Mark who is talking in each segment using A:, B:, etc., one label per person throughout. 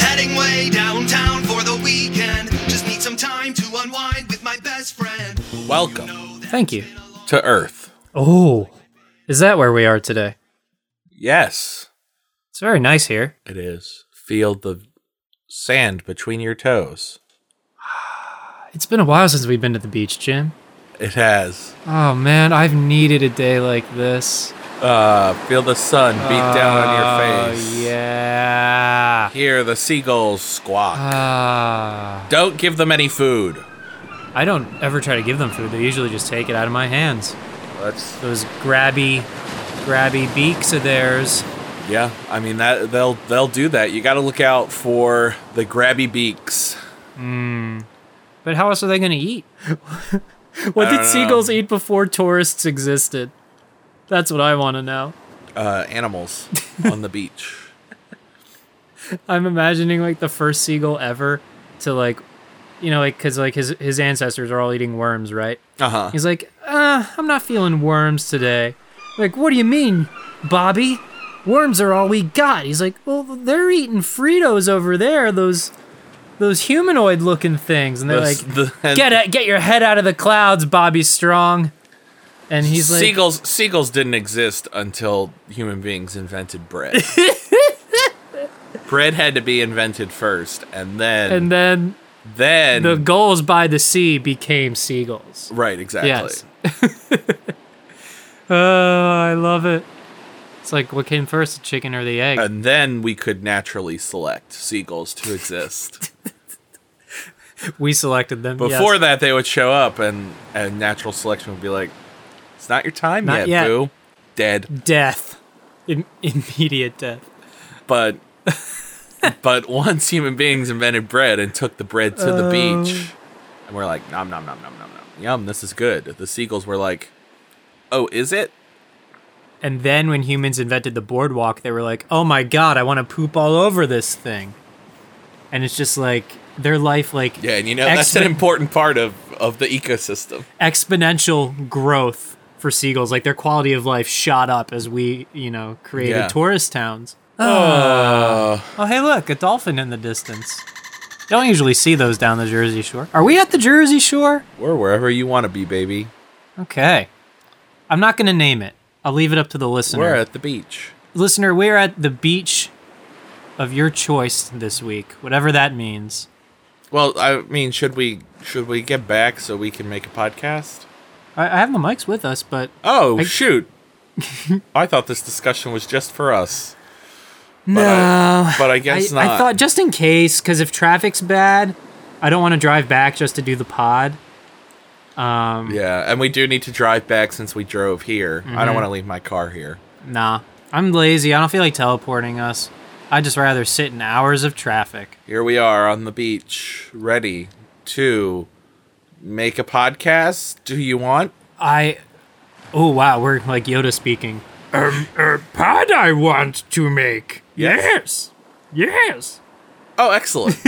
A: Heading way downtown for the weekend. Just need some time to unwind with my best friend.
B: Welcome
C: Thank you.
B: to Earth.
C: Oh. Is that where we are today?
B: Yes,
C: It's very nice here.
B: it is. Feel the sand between your toes.
C: It's been a while since we've been to the beach, Jim.
B: It has.
C: Oh man, I've needed a day like this. Oh,
B: Uh, feel the sun beat down
C: Uh,
B: on your face.
C: yeah.
B: Hear the seagulls squawk.
C: Ah.
B: Don't give them any food.
C: I don't ever try to give them food. They usually just take it out of my hands.
B: That's
C: Those grabby, grabby beaks of theirs.
B: yeah. I mean that they'll they'll do that. You got to look out for the grabby beaks.
C: But how else are they going to eat? what
B: I
C: did
B: don't know.
C: seagulls eat before tourists existed? That's what I want to know.
B: Uh, animals on the beach.
C: I'm imagining like the first seagull ever to like, you know, like because like his his ancestors are all eating worms, right?
B: Uh huh.
C: He's like, uh, I'm not feeling worms today. Like, what do you mean, Bobby? Worms are all we got. He's like, well, they're eating Fritos over there. Those, those humanoid-looking things, and they're
B: Those-
C: like,
B: the- and-
C: get it, get your head out of the clouds, Bobby Strong. And he's like,
B: seagulls seagulls didn't exist until human beings invented bread. bread had to be invented first, and then
C: and then
B: then
C: the gulls by the sea became seagulls.
B: right exactly.
C: Yes. Oh, I love it. It's like, what came first, the chicken or the egg?
B: And then we could naturally select seagulls to exist.
C: we selected them yes.
B: Before that, they would show up, and and natural selection would be like, "It's not your time
C: Not
B: yet,
C: yet."
B: boo." Dead,
C: death, Im- immediate death.
B: but but once human beings invented bread and took the bread to the beach,
C: Oh.
B: and we're like, "Nom nom nom nom nom nom, yum, this is good." The seagulls were like, "Oh, is it?"
C: And then when humans invented the boardwalk, they were like, "Oh my god, I want to poop all over this thing." And it's just like their life like
B: Yeah, and you know that's an
C: expo-
B: important part of of the ecosystem.
C: exponential growth for seagulls. Like their quality of life shot up as we, you know, created
B: Yeah. Uh.
C: tourist towns. Oh. hey, look, a dolphin in the distance. Don't usually see those down the Jersey Shore. Are we at the Jersey Shore?
B: Or wherever you want to be, baby.
C: Okay. I'm not going to name it. I'll leave it up to the listener.
B: We're at the beach.
C: listener, we're at the beach of your choice this week, whatever that means.
B: Well, I mean, should we should we get back so we can make a podcast?
C: I, I have my mics with us, but
B: Oh
C: I-
B: shoot! I thought this discussion was just for us.
C: no.
B: I- but I guess
C: I,
B: not.
C: thought just in case, because if traffic's bad, I don't want to drive back just to do the pod.
B: Yeah, and we do need to drive back since we drove here. I
C: Mhm.
B: don't want to leave my car here.
C: Nah, I'm lazy. I don't feel like teleporting us. I'd just rather sit in hours of traffic.
B: Here we are on the beach, ready to make a podcast. Do you want?
C: I. Oh wow, we're like Yoda speaking. Um, a pod I want to make.
B: Yes.
C: Yes.
B: Oh, excellent!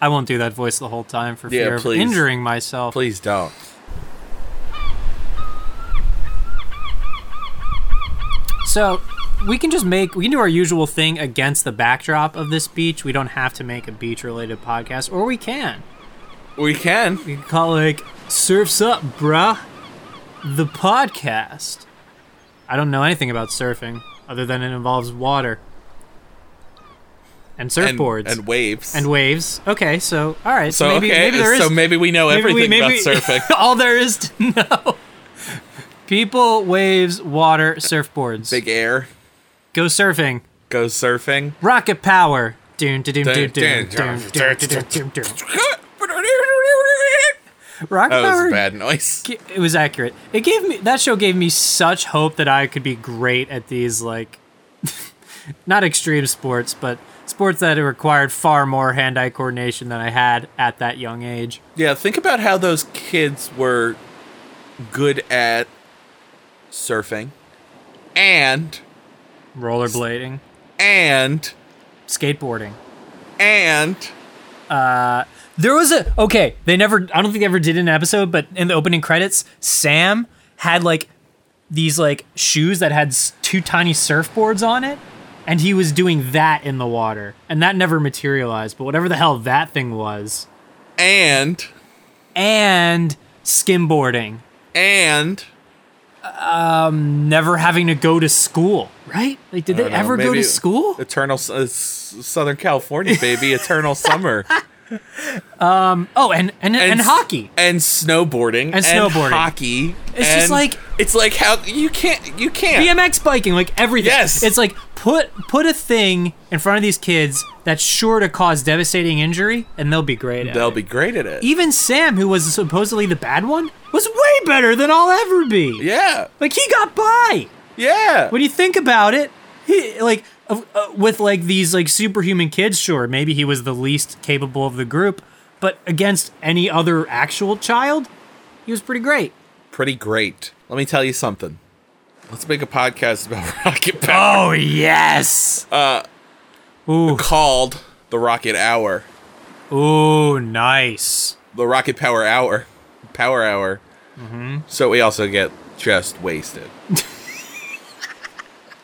C: I won't do that voice the whole time for
B: Yeah,
C: fear
B: please.
C: of injuring myself.
B: Please don't.
C: So we can just make we can do our usual thing against the backdrop of this beach. We don't have to make a beach related podcast, or we can.
B: We can.
C: We can call it like Surfs Up, bruh. The podcast. I don't know anything about surfing other than it involves water and
B: and,
C: surfboards
B: and waves.
C: and waves. Okay, so all right, so,
B: so
C: maybe,
B: okay,
C: maybe there is
B: so maybe we know
C: maybe we-
B: everything
C: maybe-
B: about surfing.
C: all there is to know. People, waves, water, surfboards.
B: Big air,
C: Go surfing.
B: go surfing.
C: Rocket power. Doom, doom, doom, doom,
B: Dun,
C: doom,
B: dun,
C: doom,
B: dun,
C: doom,
B: dun,
C: doom, doom, doom.
B: that
C: Rocket
B: was a
C: power.
B: bad noise.
C: g- It was accurate. It gave me that show gave me such hope that I could be great at these like, not extreme sports, but sports that required far more hand-eye coordination than I had at that young age.
B: Yeah, think about how those kids were good at surfing and
C: Rollerblading,
B: and
C: skateboarding.
B: and
C: There was a okay. They never. I don't think they ever did an episode, but in the opening credits, Sam had like these like shoes that had s- two tiny surfboards on it, and he was doing that in the water, and that never materialized. But whatever the hell that thing was,
B: and
C: and skimboarding,
B: and
C: never having to go to school, right? Like, did
B: I
C: they
B: don't know,
C: ever go to
B: maybe
C: school?
B: Eternal s- uh, s- Southern California baby, eternal summer.
C: Oh, and and and,
B: s-
C: hockey.
B: and snowboarding
C: And snowboarding.
B: hockey.
C: It's just
B: and
C: like-
B: it's like how you can't you can't
C: BMX biking, like everything.
B: Yes.
C: It's like put put a thing in front of these kids that's sure to cause devastating injury, and they'll be great at
B: they'll
C: it.
B: be great at it.
C: Even Sam, who was supposedly the bad one, was way better than I'll ever be.
B: Yeah,
C: Like he got by.
B: yeah.
C: When you think about it, he like uh, uh, with like these like superhuman kids. Sure, maybe he was the least capable of the group, but against any other actual child, he was pretty great.
B: Pretty great. Let me tell you something. Let's make a podcast about rocket power
C: Oh yes. Uh. Ooh.
B: called the Rocket Hour,
C: Ooh, nice.
B: the Rocket Power Hour, Power Hour.
C: Mm-hmm.
B: So we also get just wasted,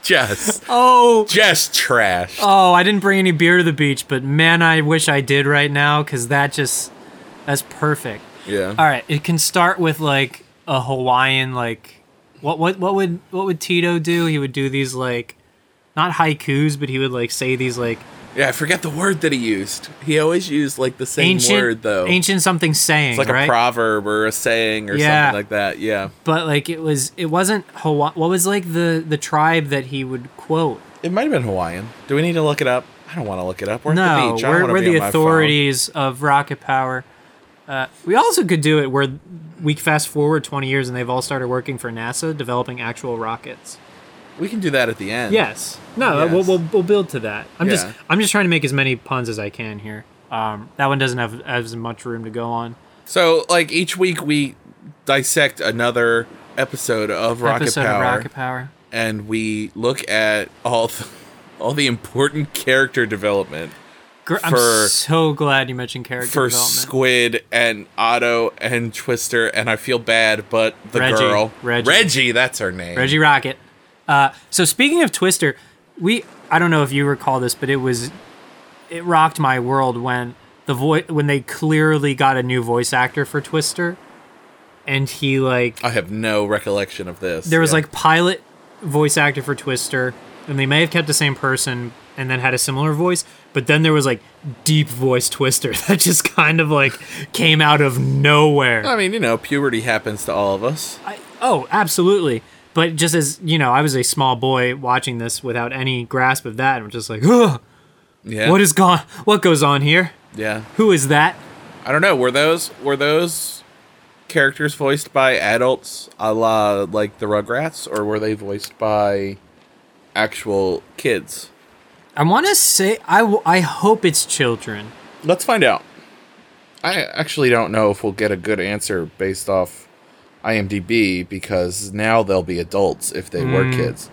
B: just
C: Oh,
B: just trash.
C: oh, I didn't bring any beer to the beach, but man, I wish I did right now because that just, that's perfect.
B: yeah.
C: All right, it can start with like a Hawaiian like, what what what would what would Tito do? He would do these like, not haikus, but he would like say these like
B: Yeah, I forget the word that he used. He always used like the same
C: ancient
B: word though.
C: ancient something saying
B: It's like
C: right?
B: a proverb or a saying or
C: Yeah.
B: something like that. Yeah.
C: but like it was it wasn't Hawaii. What was like the the tribe that he would quote?
B: It might have been Hawaiian. Do we need to look it up? I don't want to look it up. We're at the
C: No,
B: beach. I don't
C: we're,
B: wanna
C: we're
B: be
C: the
B: on my
C: authorities of rocket power. Uh, we also could do it where we fast forward 20 years and they've all started working for NASA developing actual rockets.
B: phone. We can do that at the end.
C: Yes. No,
B: Yes.
C: We'll, we'll, we'll build to that. I'm just
B: Yeah.
C: I'm just trying to make as many puns as I can here. Um, that one doesn't have as much room to go on.
B: So like each week we dissect another episode of Rocket
C: Episode
B: Power
C: of rocket power.
B: and we look at all the, all the important character development
C: Gr- I'm
B: For-
C: so glad you mentioned character
B: for
C: development.
B: Squid and Otto and Twister and I feel bad, but the
C: Reggie.
B: girl
C: Reggie.
B: Reggie, that's her name.
C: Reggie Rocket. Uh, so speaking of Twister, we I don't know if you recall this, but it was it rocked my world when the voice when they clearly got a new voice actor for Twister, and he like
B: I have no recollection of this.
C: there was
B: Yeah.
C: like pilot voice actor for Twister, and they may have kept the same person and then had a similar voice, but then there was like deep voice Twister that just kind of like came out of nowhere.
B: I mean, you know, puberty happens to all of us.
C: I, oh, absolutely. But just as you know, I was a small boy watching this without any grasp of that, and I'm just like, Ugh,
B: Yeah.
C: what is gone? What goes on here?
B: Yeah.
C: Who is that?
B: I don't know. Were those were those characters voiced by adults, a la like the Rugrats, or were they voiced by actual kids?
C: I want to say I, w- I hope it's children.
B: Let's find out. I actually don't know if we'll get a good answer based off IMDb because now they'll be adults if they were kids,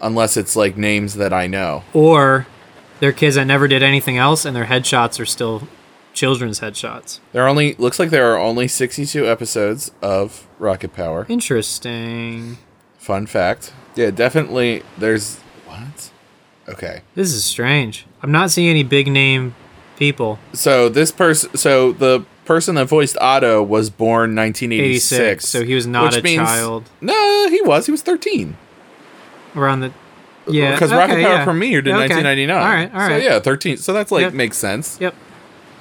B: unless it's like names that I know.
C: or they're kids that never did anything else and their headshots are still children's headshots.
B: There are only looks like there are only sixty-two episodes of Rocket Power.
C: Interesting.
B: Fun fact. Yeah, definitely. There's what? Okay.
C: This is strange. I'm not seeing any big name people.
B: So this person, so the person that voiced Otto was born 1986.
C: 86, so he was not
B: which
C: a child.
B: No, he was. He was 13.
C: We're on the yeah
B: because
C: okay,
B: Rocket Power
C: yeah.
B: premiered in
C: Okay.
B: 1999.
C: All right, all right.
B: So yeah, 13. So that's like
C: Yep.
B: makes sense.
C: Yep.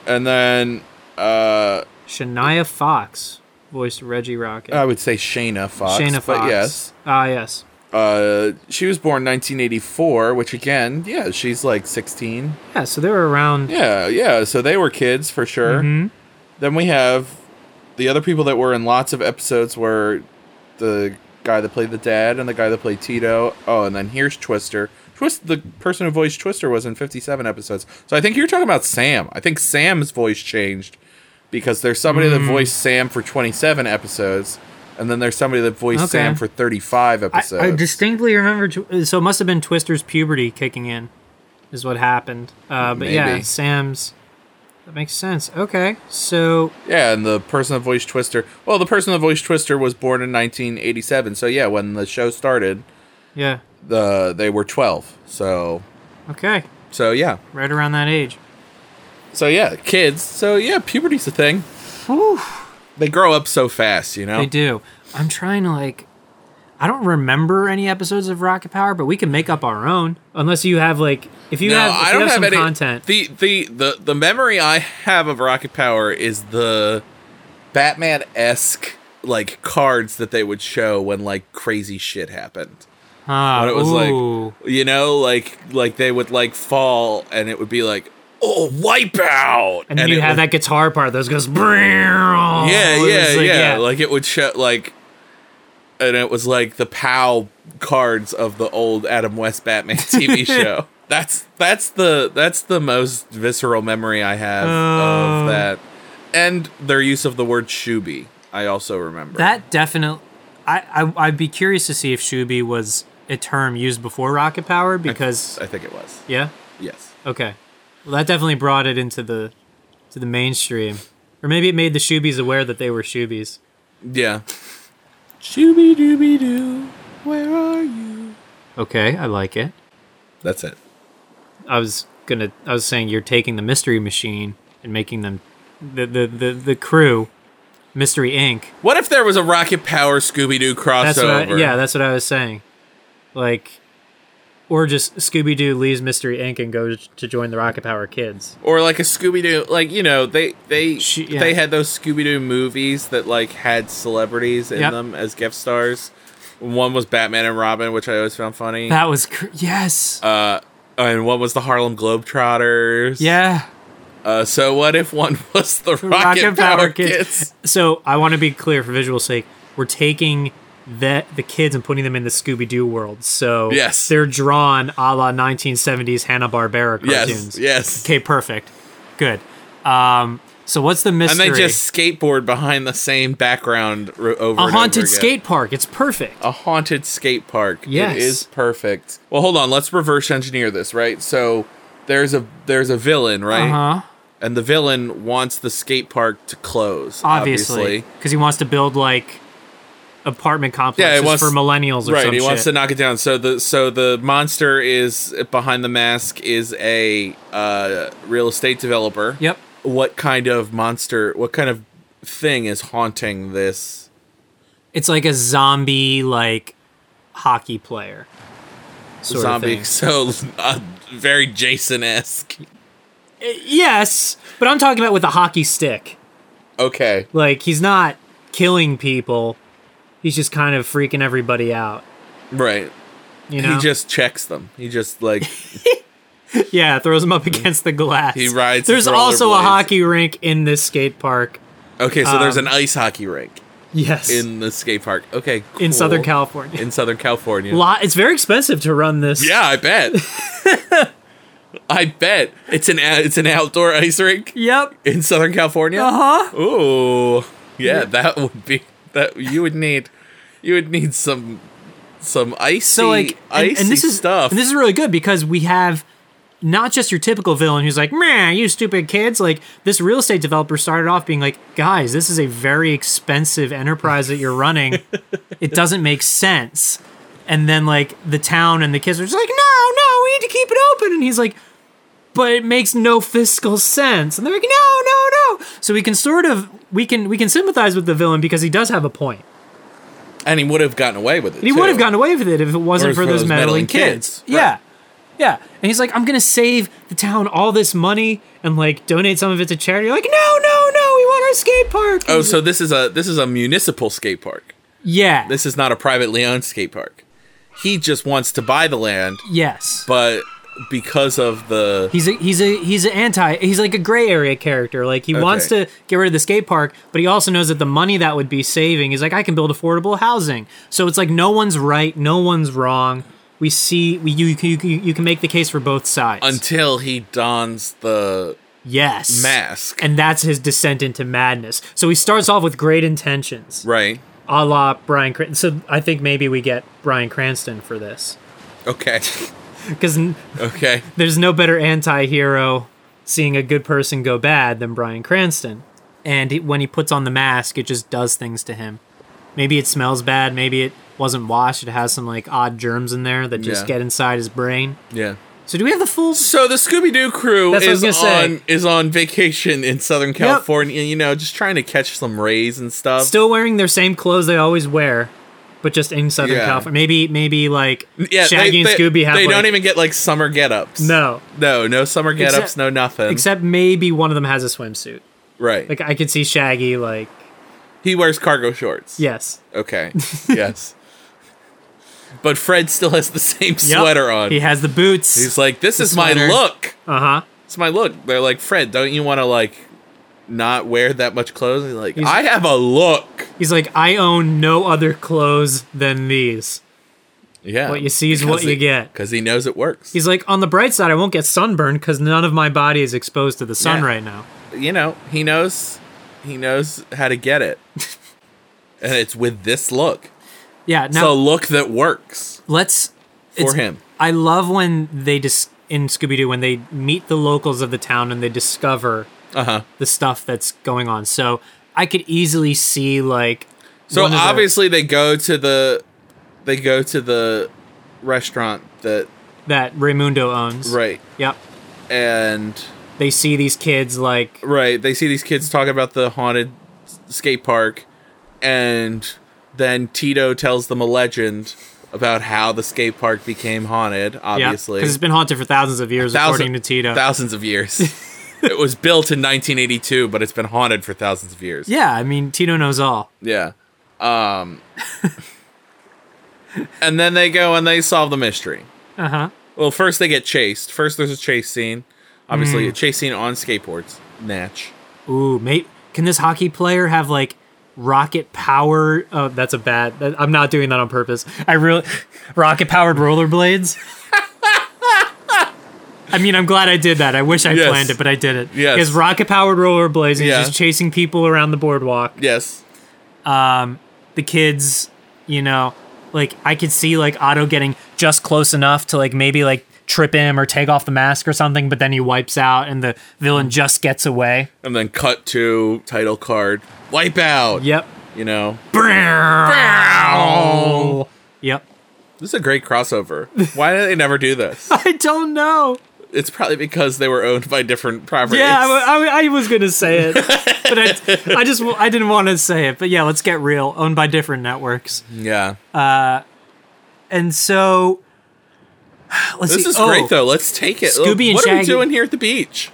B: And then uh,
C: Shania Fox voiced Reggie Rocket.
B: I would say Shayna Uh, Fox.
C: Shana Fox.
B: But yes,
C: Ah, yes.
B: uh, she was born 1984, which again, yeah, she's like 16.
C: Yeah, so they were around. Mm-hmm.
B: Yeah, yeah. So they were kids for sure. Then we have the other people that were in lots of episodes were the guy that played the dad and the guy that played Tito. Oh, and then here's Twister. Twist the person who voiced Twister was in 57 episodes. So I think you're talking about Sam. I think Sam's voice changed because there's somebody
C: Mm.
B: that voiced Sam for 27 episodes and then there's somebody that voiced
C: Okay.
B: Sam for 35
C: I,
B: episodes.
C: I distinctly remember. Tw- So it must have been Twister's puberty kicking in, is what happened. Uh, but yeah,
B: Maybe.
C: Sam's. That makes sense. Okay, so
B: Yeah, and the person that voiced Twister. Well, the person that voiced Twister was born in 1987. So yeah, when the show started,
C: yeah,
B: the they were 12. So
C: okay,
B: so yeah.
C: right around that age.
B: So yeah, kids. So yeah, puberty's a thing.
C: Whew.
B: They grow up so fast, you know.
C: They do. I'm trying to like. I don't remember any episodes of Rocket Power, but we can make up our own. Unless you have like, if you
B: no,
C: have, if
B: I
C: you
B: don't have,
C: some
B: any
C: content.
B: The, the the the memory I have of Rocket Power is the Batman esque like cards that they would show when like crazy shit happened.
C: Ah,
B: But it was
C: ooh.
B: like you know, like like they would like fall and it would be like, oh, wipeout,
C: and then you
B: it
C: have
B: would-
C: that guitar part that goes. Yeah,
B: yeah, yeah, yeah, Like it would show like, and it was like the POW cards of the old Adam West Batman TV show. That's that's the that's the most visceral memory I have
C: Oh.
B: of that, and their use of the word shooby. I also remember
C: That definitely. I, I I'd be curious to see if Shubi was a term used before rocket power because
B: I think it was
C: yeah
B: yes.
C: okay, well that definitely brought it into the to the mainstream, or maybe it made the Shubies aware that they were Shubies.
B: Yeah. Shooby dooby doo, where are you?
C: Okay, I like it.
B: That's it.
C: I was gonna. I was saying you're taking the Mystery Machine and making them the the the, the crew, Mystery Inc.
B: What if there was a Rocket Power Scooby Doo crossover?
C: That's what I, yeah, that's what I was saying. Like, or just Scooby Doo leaves Mystery Inc. and goes to join the Rocket Power Kids.
B: or like a Scooby Doo, like you know they they
C: Sh- yeah.
B: they had those Scooby Doo movies that like had celebrities in
C: Yep.
B: them as guest stars. One was Batman and Robin, which I always found funny,
C: That was cr- yes,
B: uh, and one was the Harlem Globetrotters.
C: yeah.
B: Uh, so what if one was the Rocket, Power, Kids?
C: So I want to be clear for visual sake. We're taking the the kids and putting them in the Scooby Doo world. So
B: Yes.
C: they're drawn a la 1970s Hanna Barbera cartoons.
B: Yes, yes.
C: Okay, perfect. Good. Um, so what's the
B: And
C: mystery?
B: they just skateboard behind the same background ro- over
C: a
B: and
C: haunted
B: over again.
C: skate park. It's perfect.
B: a haunted skate park.
C: Yes.
B: It is perfect. Well, hold on, let's reverse engineer this, right? So there's a there's a villain, right?
C: Uh huh.
B: And the villain wants the skate park to close,
C: Obviously,
B: obviously.
C: because he wants to build like apartment complexes
B: he wants-
C: for millennials or
B: Right,
C: some
B: he wants to
C: shit.
B: knock it down. So the so the monster is behind the mask is a uh, real estate developer.
C: Yep.
B: What kind of monster? What kind of thing is haunting this?
C: It's like a zombie like hockey player. Sort of
B: Zombie,
C: thing.
B: so uh, very Jason esque.
C: Yes, but I'm talking about with a hockey stick.
B: Okay,
C: Like he's not killing people. He's just kind of freaking everybody out.
B: right.
C: You know?
B: He just checks them. He just like
C: yeah, throws him up against the glass.
B: He rides
C: There's
B: his
C: also a
B: rollerblades.
C: hockey rink in this skate park.
B: okay. So
C: Um,
B: there's an ice hockey rink
C: Yes.
B: in the skate park. Okay,
C: in Southern
B: cool.
C: California.
B: In Southern California.
C: Lot it's very expensive to run this.
B: Yeah, I bet. I bet it's an it's an outdoor ice rink
C: Yep.
B: in Southern California.
C: Uh
B: Uh-huh.
C: huh.
B: Ooh, yeah, that would be that you would need you would need some some icy
C: So like and,
B: icy
C: and this is
B: stuff.
C: And this is really good because we have not just your typical villain who's like, man, you stupid kids. Like this real estate developer started off being like, guys, this is a very expensive enterprise that you're running. it doesn't make sense. And then like the town and the kids are just like, no, no, we need to keep it open. And he's like, but it makes no fiscal sense. And they're like, no, no, no. So we can sort of we can we can sympathize with the villain because he does have a point.
B: And he would have gotten away with it.
C: And he
B: too.
C: would have gotten away with it if it wasn't
B: Or
C: for, those meddling kids.
B: Right.
C: Yeah. Yeah. And he's like, I'm going to save the town all this money and like donate some of it to charity. Like, no, no, no. We want our skate park.
B: Oh, so this is a this is a municipal skate park.
C: yeah.
B: This is not a privately owned skate park. He just wants to buy the land,
C: yes.
B: but because of the
C: He's a he's a he's an anti he's like a gray area character. Like he wants
B: Okay.
C: to get rid of the skate park, but he also knows that the money that would be saving is like I can build affordable housing. So it's like no one's right, no one's wrong. We see we you you, you, you can make the case for both sides.
B: until he dons the
C: yes.
B: mask,
C: And that's his descent into madness. So he starts off with great intentions,
B: right?
C: a la Brian. Cran- so I think maybe we get Brian Cranston for this
B: Okay,
C: because
B: okay.
C: there's no better anti-hero seeing a good person go bad than Brian Cranston. And he, when he puts on the mask, it just does things to him. Maybe it smells bad. Maybe it wasn't washed. It has some like odd germs in there that just
B: Yeah.
C: get inside his brain.
B: Yeah.
C: So do we have the full?
B: So the Scooby Doo crew
C: That's what I was
B: is on
C: gonna say.
B: is on vacation in Southern California. You know, just trying to catch some rays and stuff.
C: Still wearing their same clothes they always wear, but just in Southern
B: Yeah.
C: California. Maybe maybe like
B: yeah,
C: Shaggy
B: they,
C: and
B: they-
C: Scooby have
B: They
C: like,
B: don't even get like summer get-ups.
C: no.
B: no, no summer get-ups,
C: Except-
B: no nothing.
C: Except maybe one of them has a swimsuit.
B: right,
C: Like I could see Shaggy like
B: he wears cargo shorts.
C: yes.
B: Okay. yes. But Fred still has the same
C: Yep.
B: sweater on.
C: He has the boots.
B: He's like, "This is my
C: sweater.
B: look.
C: uh huh.
B: It's my look." They're like, "Fred, don't you want to like not wear that much clothes?" He's like,
C: He's-
B: "I have a look."
C: He's like, I own no other clothes than these.
B: Yeah.
C: What you see is what you get.
B: Because he knows it works.
C: He's like, on the bright side, I won't get sunburned because none of my body is exposed to the sun
B: Yeah.
C: right now.
B: you know, he knows he knows how to get it. and it's with this look.
C: Yeah.
B: It's
C: Now
B: a look that works
C: let's
B: for
C: it's-
B: him.
C: I love when they dis- in Scooby Doo when they meet the locals of the town and they discover
B: Uh-huh.
C: the stuff that's going on. So I could easily see like
B: So
C: one of the-
B: obviously they go to the they go to the restaurant that
C: that Raimundo owns.
B: right
C: Yep.
B: and
C: They see these kids like
B: right they see these kids talking about the haunted s- skate park and then Tito tells them a legend about how the skate park became haunted obviously
C: because it's been haunted for thousands of years,
B: Thousand-
C: according to Tito.
B: Thousands of years. it was built in 1982, but it's been haunted for thousands of years.
C: yeah, I mean Tito knows all.
B: Yeah. Um, and then they go and they solve the mystery.
C: Uh huh.
B: Well, first they get chased. First, there's a chase scene.
C: Mm.
B: Obviously, a chase scene on skateboards. Natch.
C: Ooh, mate, can this hockey player have like rocket power? Oh, that's a bad. that- I'm not doing that on purpose. I really rocket powered rollerblades. I mean, I'm glad I did that. I wish I
B: Yes.
C: planned it, but I did it.
B: Yes.
C: He has rocket powered rollerblades and
B: Yeah.
C: he's just chasing people around the boardwalk.
B: Yes.
C: The kids, you know, like I could see like Otto getting just close enough to like maybe like trip him or take off the mask or something, but then he wipes out and the villain just gets away.
B: And then cut to title card. Wipeout.
C: Yep.
B: You know,
C: Yep.
B: this is a great crossover. Why did they never do this?
C: I don't know.
B: It's probably because they were owned by different properties.
C: Yeah, I, I- I was gonna say it, but I, I just I didn't want to say it. But yeah, let's get real. Owned by different networks,
B: yeah.
C: and so let's
B: This
C: see.
B: is
C: oh,
B: great though. Let's take it.
C: Scooby and
B: what are we
C: Shaggy-
B: doing here at the beach?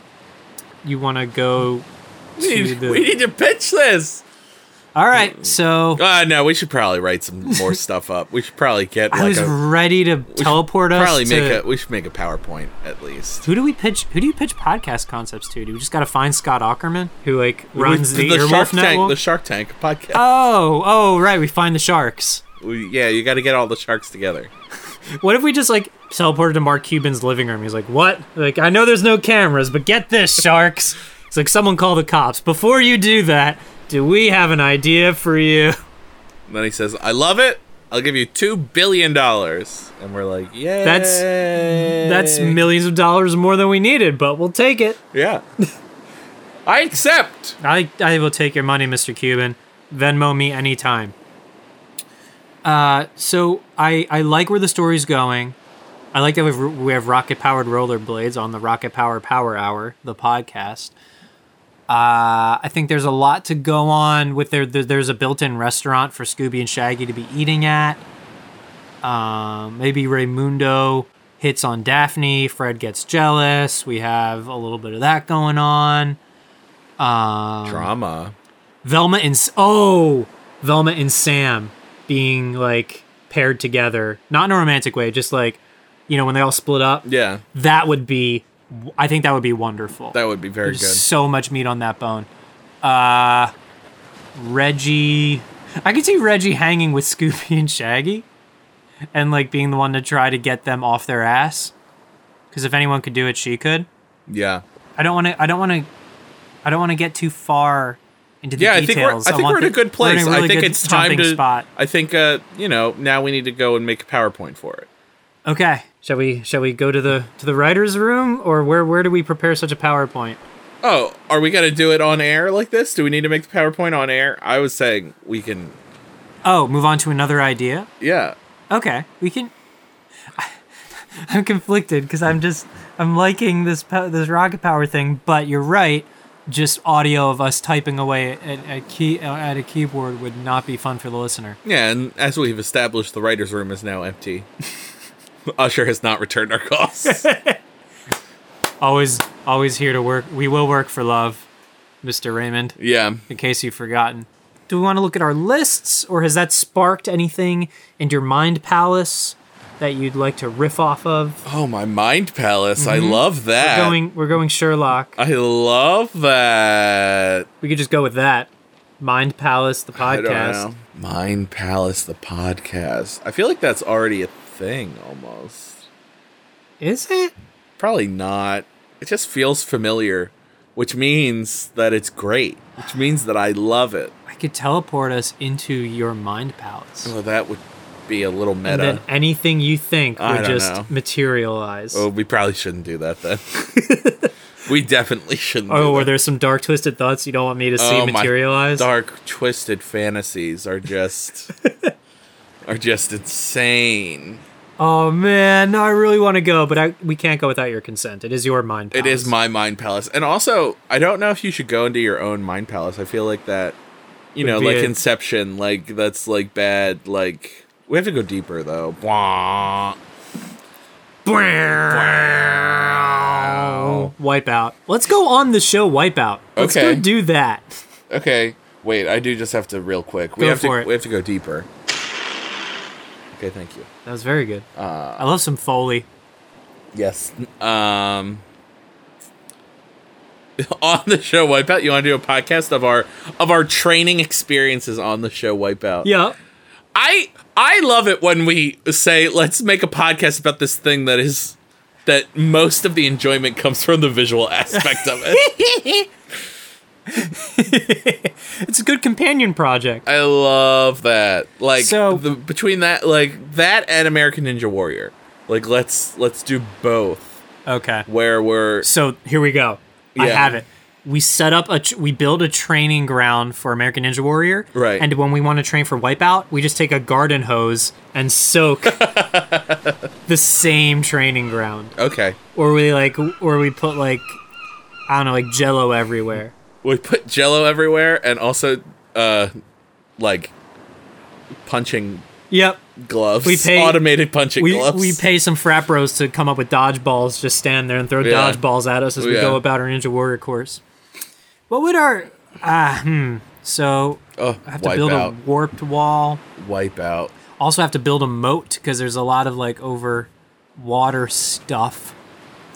C: You want to go?
B: We
C: to
B: need,
C: the-
B: we need to pitch this.
C: All right. So
B: Uh, no, we should probably write some more stuff up. We should probably get
C: I
B: like
C: was
B: a
C: ready to teleport us.
B: probably
C: to,
B: make a we should make a PowerPoint at least.
C: Who do we pitch? Who do you pitch podcast concepts to? Do we just got to find Scott Ackerman, who like runs
B: We-
C: the, Earwolf
B: Shark
C: Network?
B: Tank, the Shark Tank podcast.
C: oh, oh, right. We find the sharks.
B: We- yeah, you got to get all the sharks together.
C: What if we just like teleported to Mark Cuban's living room? He's like, "What? Like, I know there's no cameras, but get this, sharks!" It's like someone call the cops. Before you do that, do we have an idea for you?
B: And then he says, "I love it. I'll give you two billion dollars." And we're like, "Yeah,
C: That's- That's millions of dollars more than we needed, but we'll take it.
B: yeah." I accept.
C: I I will take your money, Mr. Cuban. Venmo me anytime. Uh, so I I like where the story's going. I like that we've, we have rocket powered rollerblades on the Rocket Power Power Hour, the podcast. Uh, I think there's a lot to go on with there. there- There's a built-in restaurant for Scooby and Shaggy to be eating at. Um, maybe Raymundo hits on Daphne. Fred gets jealous. We have a little bit of that going on. Um,
B: Drama.
C: Velma and S- oh, Velma and Sam being like paired together, not in a romantic way, just like you know when they all split up.
B: Yeah,
C: That would be, I think that would be wonderful.
B: that would be very good.
C: There's so much meat on that bone. Uh, Reggie, I could see Reggie hanging with Scooby and Shaggy, and like being the one to try to get them off their ass. Because if anyone could do it, she could.
B: Yeah.
C: I don't want to. I don't want to. I don't want to get too far into the
B: Yeah, I think we're, I
C: details.
B: think
C: want
B: we're in a
C: the-
B: good
C: we're in
B: place.
C: a really
B: I think
C: good
B: it's time
C: jumping
B: to.
C: spot.
B: I think uh, you know now we need to go and make a PowerPoint for it.
C: Okay, shall we? Shall we go to the to the writers' room, or where where do we prepare such a PowerPoint?
B: Oh, are we gonna do it on air like this? Do we need to make the PowerPoint on air? I was saying we can.
C: Oh, move on to another idea.
B: Yeah.
C: Okay, we can. I'm conflicted because I'm just I'm liking this po- this rocket power thing, but you're right. Just audio of us typing away at, at key at a keyboard would not be fun for the listener.
B: Yeah, and as we've established, the writers' room is now empty. Usher has not returned our costs.
C: Always always here to work. We will work for love, Mr. Raymond.
B: yeah.
C: in case you've forgotten. Do we want to look at our lists, or has that sparked anything in your mind palace that you'd like to riff off of?
B: Oh, my mind palace. I love that.
C: Going, Mm-hmm. we're going Sherlock.
B: I love that.
C: We could just go with that. Mind Palace, the
B: I don't
C: podcast.
B: know. Mind Palace, the podcast. I feel like that's already a thing almost.
C: Is it?
B: Probably not. It just feels familiar, which means that it's great, which means that I love it.
C: I could teleport us into your mind palace.
B: Well, that would be a little
C: And then
B: meta.
C: anything you think
B: I
C: would
B: don't
C: just
B: know.
C: materialize.
B: Oh,
C: Oh,
B: we probably shouldn't do that then. we definitely shouldn't. do
C: were
B: that.
C: Oh, there some dark, twisted thoughts you don't want me to see
B: Oh, my
C: materialize?
B: dark, twisted fantasies are just are just insane.
C: Oh man, no, I really want to go, but I, we can't go without your consent. It is your mind. Palace.
B: It is my mind palace, and also I don't know if you should go into your own mind palace. I feel like that, you
C: Would
B: know,
C: be
B: like
C: a-
B: Inception, like that's like bad. Like we have to go deeper though. Blah. Blah.
C: Wipeout. Let's go on the show Wipeout. Let's
B: Okay.
C: go do that.
B: Okay, wait. I do just have to real quick. We
C: Go
B: have
C: for
B: to.
C: it.
B: We have to go deeper. Okay, thank you.
C: That was very good.
B: Uh.
C: I love some Foley.
B: Yes. Um on the show Wipeout, you want to do a podcast of our of our training experiences on the show Wipeout.
C: Yeah.
B: I I love it when we say let's make a podcast about this thing that is that most of the enjoyment comes from the visual aspect of it.
C: It's a good companion project.
B: I love that. Like
C: So-
B: the, between that like that and American Ninja Warrior. Like let's let's do both
C: Okay.
B: where we're
C: So here we go. I
B: Yeah.
C: have it. We set up a, tr- we build a training ground for American Ninja Warrior.
B: Right.
C: And when we want to train for Wipeout, we just take a garden hose and soak the same training ground.
B: okay.
C: Or we like, or we put like, I don't know, like jello everywhere.
B: We put Jello everywhere, and also, uh, like punching
C: Yep.
B: gloves.
C: We pay-
B: automated punching
C: we,
B: gloves.
C: we pay some frat bros to come up with dodgeballs, just stand there and throw
B: Yeah. Oh,
C: dodgeballs at us as we
B: Yeah.
C: go about our Ninja Warrior course. What would our ah hmm? So
B: oh,
C: I have to
B: wipe
C: build
B: out,
C: a warped wall.
B: wipe out.
C: Also have to build a moat because there's a lot of like over water stuff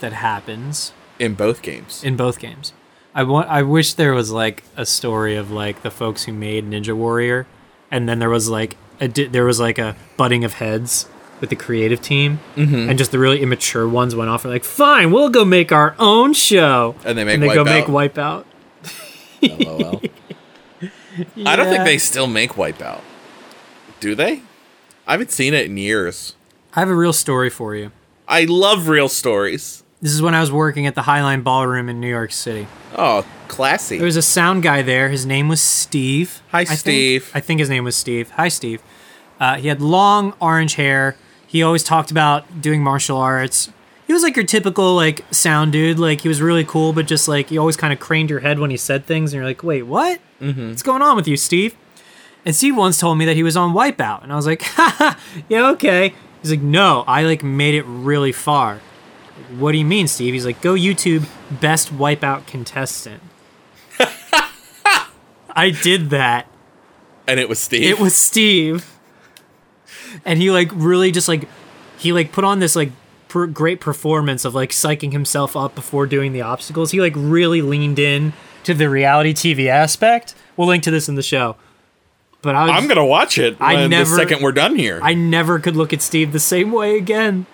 C: that happens
B: in both games.
C: in both games. I want. I wish there was like a story of like the folks who made Ninja Warrior, and then there was like a di- there was like a butting of heads with the creative team,
B: Mm-hmm.
C: and just the really immature ones went off and like, fine, we'll go make our own show,
B: And they make
C: and they go
B: Wipeout.
C: make Wipeout.
B: LOL. I don't
C: Yeah.
B: think they still make Wipeout. Do they? I haven't seen it in years.
C: I have a real story for you.
B: I love real stories.
C: This is when I was working at the Highline Ballroom in New York City.
B: Oh, classy.
C: There was a sound guy there. His name was Steve.
B: Hi,
C: I think.
B: Steve.
C: I think his name was Steve. Hi, Steve. Uh, he had long orange hair. He always talked about doing martial arts. He he was like your typical like sound dude. Like he was really cool, but just like you always kind of craned your head when he said things, and you're like, wait, what? Mm-hmm. What's going on with you, Steve? And Steve once told me that he was on Wipeout, and I was like, ha ha, yeah, okay. He's like, no, I like made it really far. Like, what do you mean, Steve? He's like, go YouTube best Wipeout contestant. I did that.
D: and it was Steve.
C: It was Steve. And he like really just like he like put on this like per- great performance of like psyching himself up before doing the obstacles. He like really leaned in to the reality TV aspect. We'll link to this in the show. But I was,
D: I'm gonna watch it
C: I
D: when the
C: never-
D: second we're done here.
C: I never could look at Steve the same way again.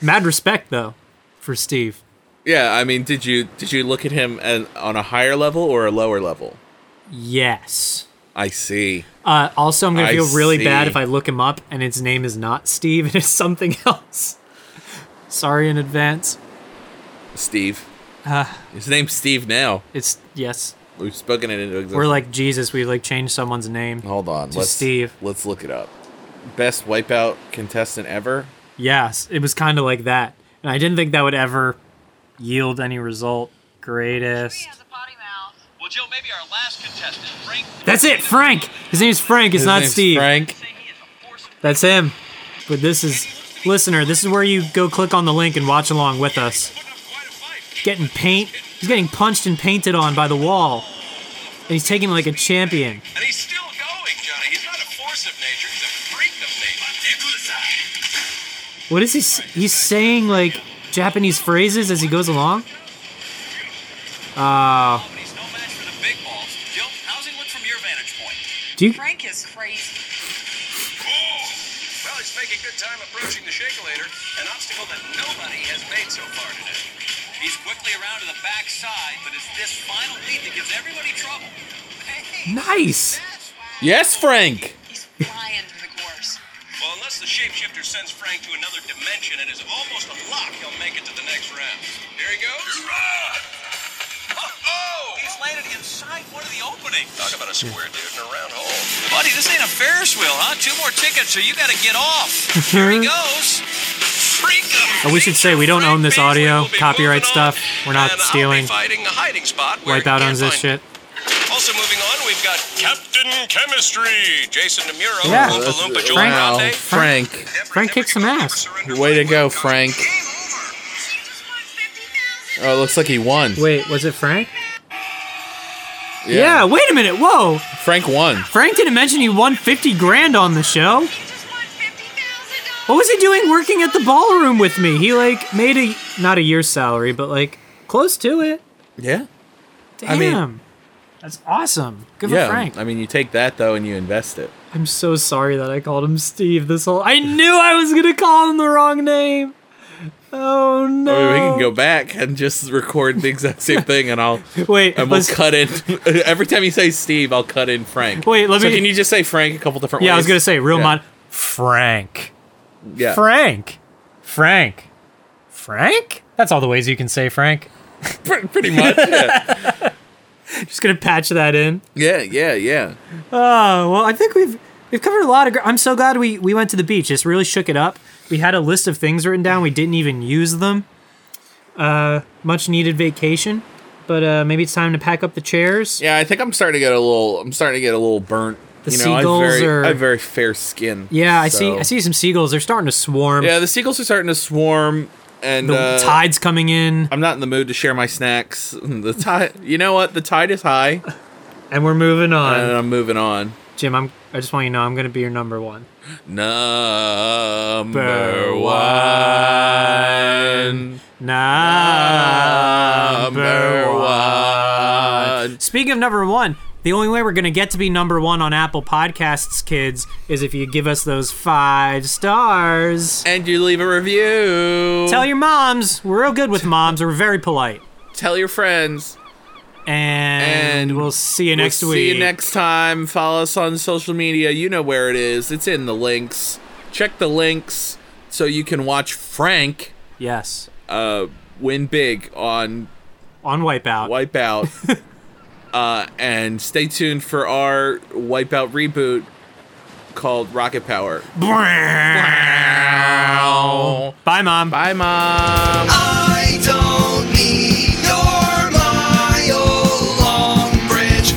C: Mad respect though for Steve.
B: Yeah, I mean, did you did you look at him an, on a higher level or a lower level?
C: Yes.
B: I see.
C: Uh, also, I'm gonna
B: I
C: feel really
B: see.
C: bad if I look him up and his name is not Steve. It is something else. Sorry in advance.
B: Steve.
C: Uh,
B: His name's Steve now.
C: It's yes.
B: We've spoken it into existence.
C: We're like Jesus. We like change someone's name.
B: hold on,
C: to
B: let's
C: Steve.
B: Let's look it up. Best wipeout contestant ever.
C: Yes, it was kind of like that, and I didn't think that would ever yield any result. Greatest.
E: has a potty mouth. Well, Joe, maybe our last contestant, Frank.
C: That's it, Frank. His name's Frank. It's
B: His
C: not
B: name's
C: Steve.
B: Frank.
E: Say he is a force of
C: That's him. But this is listener. This is where you go click on the link and watch along with us. Getting paint. He's getting punched and painted on by the wall, and he's taking it like a champion.
A: And he's still going, Johnny. He's not a force of nature, he's a freak of nature.
C: What is he? s- He's saying like Japanese phrases as he goes along. Uh,
A: But Oh. he's no match for the big balls. Jill, how's he look from your vantage point?
C: Do you
F: Frank is crazy.
A: Well, he's making good time approaching the shakelator, an obstacle that nobody has made so far today. He's quickly around to the back side, but it's this final leap that gives everybody trouble. Hey,
C: nice?
A: that's why-
B: Yes, Frank.
F: He's flying through the course.
A: Well, unless the shapeshifter sends Frank to another dimension, it is almost a lock he'll make it to the next round. Here he goes. Oh! He's landed inside one of the openings. Talk about a square dude in a round hole. Buddy, this ain't a Ferris wheel, huh? Two more tickets, so you gotta get off. Here he goes. Freak of
C: Oh, we should say we don't
A: Frank
C: own this
A: Beasley
C: audio,
A: will be
C: copyright
A: moving on,
C: stuff. We're not
A: and I'll be
C: stealing.
A: fighting a hiding spot where he
C: Wipeout
A: can't
C: owns this shit.
A: find also moving on, we've got Captain Chemistry, Jason Demuro,
C: Yeah.
A: Oompa
C: That's-
A: Loompa, Joel
C: Frank-
B: Wow,
A: Dante.
B: Frank.
C: Frank kicks some ass.
B: Way to go, Frank. Oh, it looks like he won.
C: Wait, was it Frank? Yeah. wait a minute. Whoa,
B: Frank won.
C: Frank didn't mention he won fifty grand on the show. What was he doing working at the ballroom with me? He like made a not a year's salary, but like close to it.
B: Yeah.
C: Damn,
B: I mean-
C: that's awesome. Good
B: yeah.
C: for Frank.
B: I mean, you take that though and you invest it.
C: I'm so sorry that I called him Steve. This whole I knew I was gonna call him the wrong name. Oh no.
B: I mean, we can go back and just record the exact same thing, and I'll
C: Wait,
B: and we'll
C: let's-
B: cut in every time you say Steve, I'll cut in Frank.
C: Wait, let
B: so
C: me-
B: Can you just say Frank a couple different ways?
C: Yeah, I was gonna say real
B: Yeah.
C: mod Frank.
B: Yeah.
C: Frank. Frank. Frank? That's all the ways you can say Frank.
B: Pr- pretty much. Yeah.
C: Just gonna patch that in.
B: yeah, yeah, yeah.
C: Oh well, I think we've we've covered a lot of. Gr- I'm so glad we we went to the beach. This really shook it up. We had a list of things written down. We didn't even use them. Uh, much needed vacation, but uh, maybe it's time to pack up the chairs.
B: Yeah, I think I'm starting to get a little. I'm starting to get a little burnt.
C: The
B: you know, I have
C: seagulls
B: very,
C: are-
B: I have very fair skin.
C: Yeah, I see.
B: so-
C: I see some seagulls. They're starting to swarm.
B: Yeah, the seagulls are starting to swarm, and
C: the
B: uh,
C: tide's coming in,
B: I'm not in the mood to share my snacks. The tide, you know what? The tide is high,
C: and we're moving on.
B: and I'm moving on.
C: Jim, I'm. I just want you to know I'm gonna be your number one.
B: Number one.
C: Number
B: Number one.
C: Speaking of number one, the only way we're going to get to be number one on Apple Podcasts, kids, is if you give us those five stars.
B: And you leave a review.
C: Tell your moms. We're real good with moms. We're very polite.
B: Tell your friends.
C: And,
B: And
C: we'll see you next
B: We'll
C: week.
B: See you next time. Follow us on social media. You know where it is. It's in the links. Check the links so you can watch Frank
C: Yes.
B: uh, win big on
C: On Wipeout.
B: Wipeout. uh, and stay tuned for our Wipeout reboot called Rocket Power.
C: Bye, mom.
B: Bye, mom.
G: I don't need your mile-long bridge.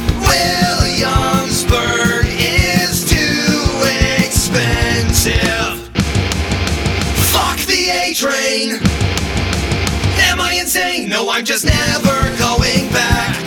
G: Williamsburg is too expensive. Fuck the A train. Am I insane? No, I'm just never going back.